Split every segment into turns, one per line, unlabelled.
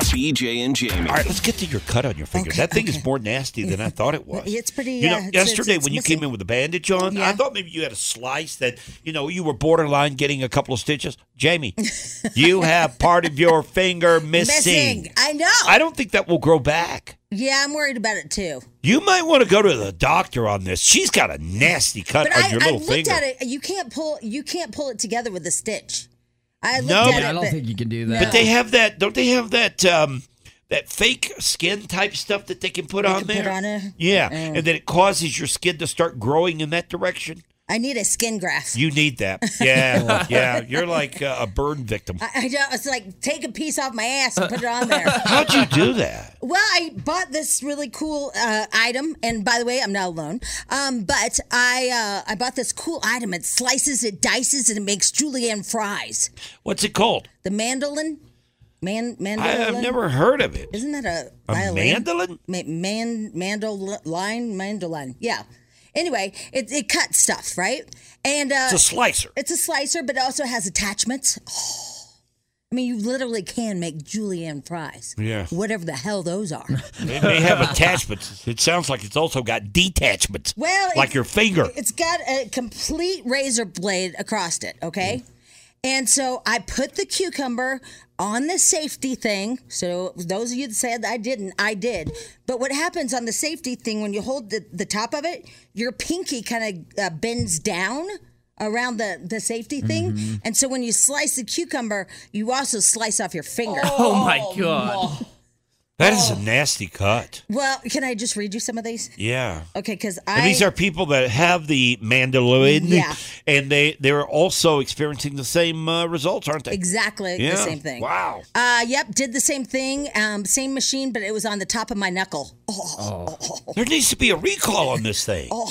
BJ and Jamie.
All right, let's get to your cut on your finger.
Okay,
that thing
okay.
is more nasty than I thought it was.
It's pretty,
You know,
yeah, it's- it's-
yesterday
it's
when you came
messy.
in with a bandage on, I
Yeah.
thought maybe you had a slice that you know you were borderline getting a couple of stitches. Jamie, you have part of your finger missing.
Missing. I know.
I don't think that will grow back.
yeah, I'm worried about it too.
You might want to go to the doctor on this. She's got a nasty cut
But
on
I,
your
I
little
looked
finger.
at it. You can't pull. You can't pull it together with a stitch. I looked
No,
at
but
it.
I don't
but-
think you can do
But
that.
they have that, don't they have that um, that fake skin type stuff that they can put on
can put
there?
on it?
Yeah,
Oh.
and then it causes your skin to start growing in that direction.
I need a skin graft.
You need that. Yeah, yeah. You're like uh, a burn victim.
I, I don't. It's like take a piece off my ass and put it on there.
How'd you do that?
Well, I bought this really cool uh, item, and by the way, I'm not alone. Um, but I uh, I bought this cool item. It slices, it dices, and it makes julienne fries.
What's it called?
The mandolin, man,
I,
mandolin.
have never heard of it.
Isn't that a
A
violin?
mandolin?
Ma- man, mandolin, mandolin. Yeah. Anyway, it it cuts stuff, right? And uh,
It's a slicer.
it's a slicer, but it also has attachments. Oh, I mean, you literally can make julienne fries.
Yeah.
Whatever the hell those are.
It may have attachments. It sounds like it's also got detachments.
Well,
like
it's-
your finger.
It's got a complete razor blade across it, okay? And so I put the cucumber on the safety thing. So those of you that said I didn't, I did. But what happens on the safety thing when you hold the, the top of it, your pinky kind of uh, bends down around the, the safety thing.
Mm-hmm.
And so when you slice the cucumber, you also slice off your finger.
oh my god!
That is a nasty cut.
Well, can I just read you some of these?
Yeah.
Okay, because I.
And these are people that have the mandolin,
Yeah.
and they they're also experiencing the same uh, results, aren't they?
Exactly the same thing.
Wow.
Uh, yep, did the same thing, um, same machine, but it was on the top of my knuckle. Oh,
There needs to be a recall on this thing.
Uh,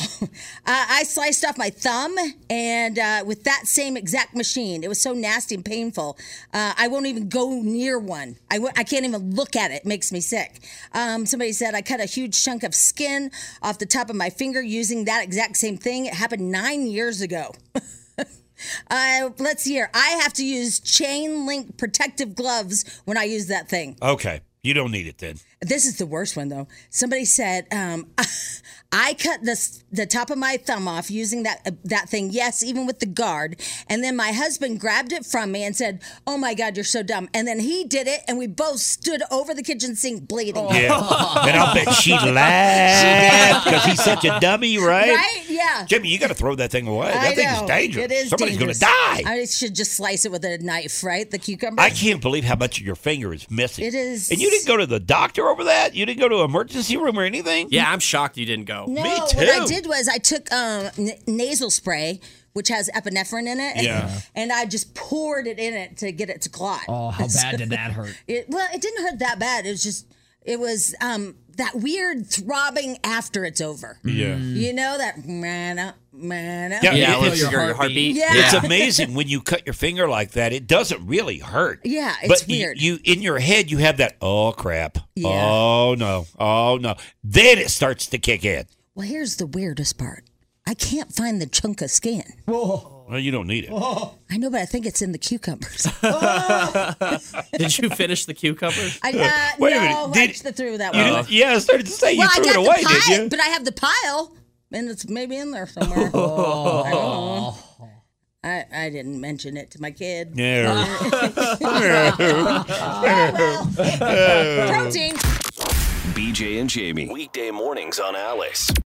I sliced off my thumb, and uh, with that same exact machine, it was so nasty and painful. Uh, I won't even go near one. I w- I can't even look at it. it makes me sick. Um, somebody said I cut a huge chunk of skin off the top of my finger using that exact same thing. It happened nine years ago. uh, let's see here. I have to use chain link protective gloves when I use that thing.
Okay, you don't need it then.
This is the worst one though. Somebody said, um, "I cut this the top of my thumb off using that uh, that thing." Yes, even with the guard. And then my husband grabbed it from me and said, "Oh my God, you're so dumb." And then he did it, and we both stood over the kitchen sink bleeding.
Yeah, and I'll bet she laughed because he's such a dummy, right?
Right? Yeah.
Jimmy, you got to throw that thing away.
I
that thing is
know.
dangerous.
It is
Somebody's
dangerous.
gonna die.
I should just slice it with a knife, right? The cucumber.
I can't believe how much of your finger is missing.
It is-
And you didn't go to the doctor over that. You didn't go to emergency room or anything.
Yeah, I'm shocked you didn't go.
No,
Me
what I
too.
did was I took um, n- nasal spray, which has epinephrine in it,
Yeah.
and I just poured it in it to get it to clot.
Oh, how bad did that hurt?
It, well, it didn't hurt that bad. It was just, it was um, that weird throbbing after it's over.
Yeah.
You know that man up, man up.
Mm. Yeah.
Yeah,
You
let's
feel
your,
your
your heartbeat.
Yeah.
It's amazing when you cut your finger like that. It doesn't really hurt.
Yeah, it's
but y-
weird.
You, in your head, you have that. Oh crap!
Yeah.
Oh no! Oh no! Then it starts to kick in.
Well, here's the weirdest part. I can't find the chunk of skin.
Well, you don't need it.
I know, but I think it's in the cucumbers.
Did you finish the cucumbers?
I, uh,
Wait a
no,
minute,
I
did-
just threw that
You
one.
didn't- yeah, I started to say
well,
you
I
threw
got
it away,
the pile,
didn't you?
but I have the pile, and it's maybe in there somewhere. I, don't know. I I didn't mention it to my kid.
Yeah.
Protein. Oh,
BJ and Jamie. Weekday mornings on Alice.